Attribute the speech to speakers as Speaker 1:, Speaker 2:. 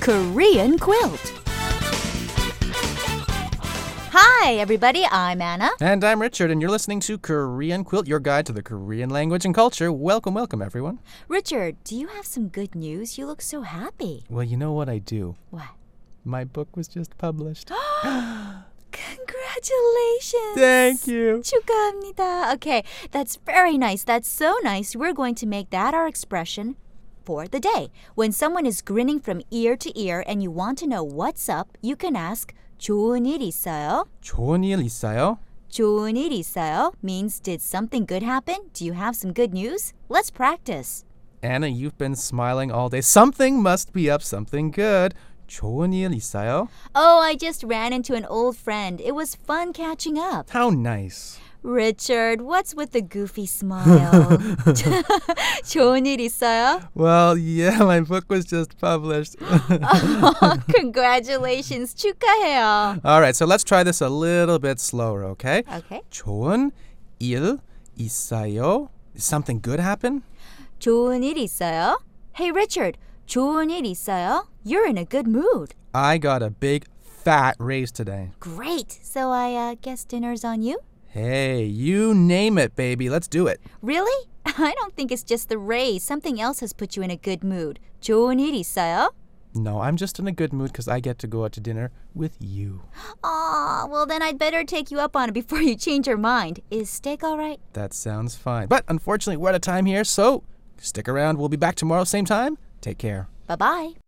Speaker 1: Korean quilt. Hi, everybody. I'm Anna.
Speaker 2: And I'm Richard, and you're listening to Korean Quilt, your guide to the Korean language and culture. Welcome, welcome, everyone.
Speaker 1: Richard, do you have some good news? You look so happy.
Speaker 2: Well, you know what I do?
Speaker 1: What?
Speaker 2: My book was just published.
Speaker 1: Congratulations.
Speaker 2: Thank you.
Speaker 1: 축하합니다. Okay, that's very nice. That's so nice. We're going to make that our expression for the day. When someone is grinning from ear to ear and you want to know what's up, you can ask 좋은 일 있어요?
Speaker 2: 좋은 일 있어요?
Speaker 1: 좋은 일 있어요? means did something good happen? Do you have some good news? Let's practice.
Speaker 2: Anna, you've been smiling all day. Something must be up, something good. 좋은 일 있어요?
Speaker 1: Oh, I just ran into an old friend. It was fun catching up.
Speaker 2: How nice.
Speaker 1: Richard, what's with the goofy smile? 좋은 일 있어요?
Speaker 2: Well, yeah, my book was just published.
Speaker 1: Congratulations. 축하해요.
Speaker 2: all right, so let's try this a little bit slower, okay?
Speaker 1: Okay.
Speaker 2: 좋은 일 있어요? Did something good happen?
Speaker 1: 좋은 일 있어요? Hey, Richard. 좋은 일 있어요? You're in a good mood.
Speaker 2: I got a big fat raise today.
Speaker 1: Great. So I uh, guess dinner's on you?
Speaker 2: Hey, you name it, baby. Let's do it.
Speaker 1: Really? I don't think it's just the raise. Something else has put you in a good mood. 좋은 일 있어요?
Speaker 2: No, I'm just in a good mood because I get to go out to dinner with you.
Speaker 1: Aw, well then I'd better take you up on it before you change your mind. Is steak all right?
Speaker 2: That sounds fine. But unfortunately, we're out of time here, so stick around. We'll be back tomorrow, same time. Take care.
Speaker 1: Bye bye.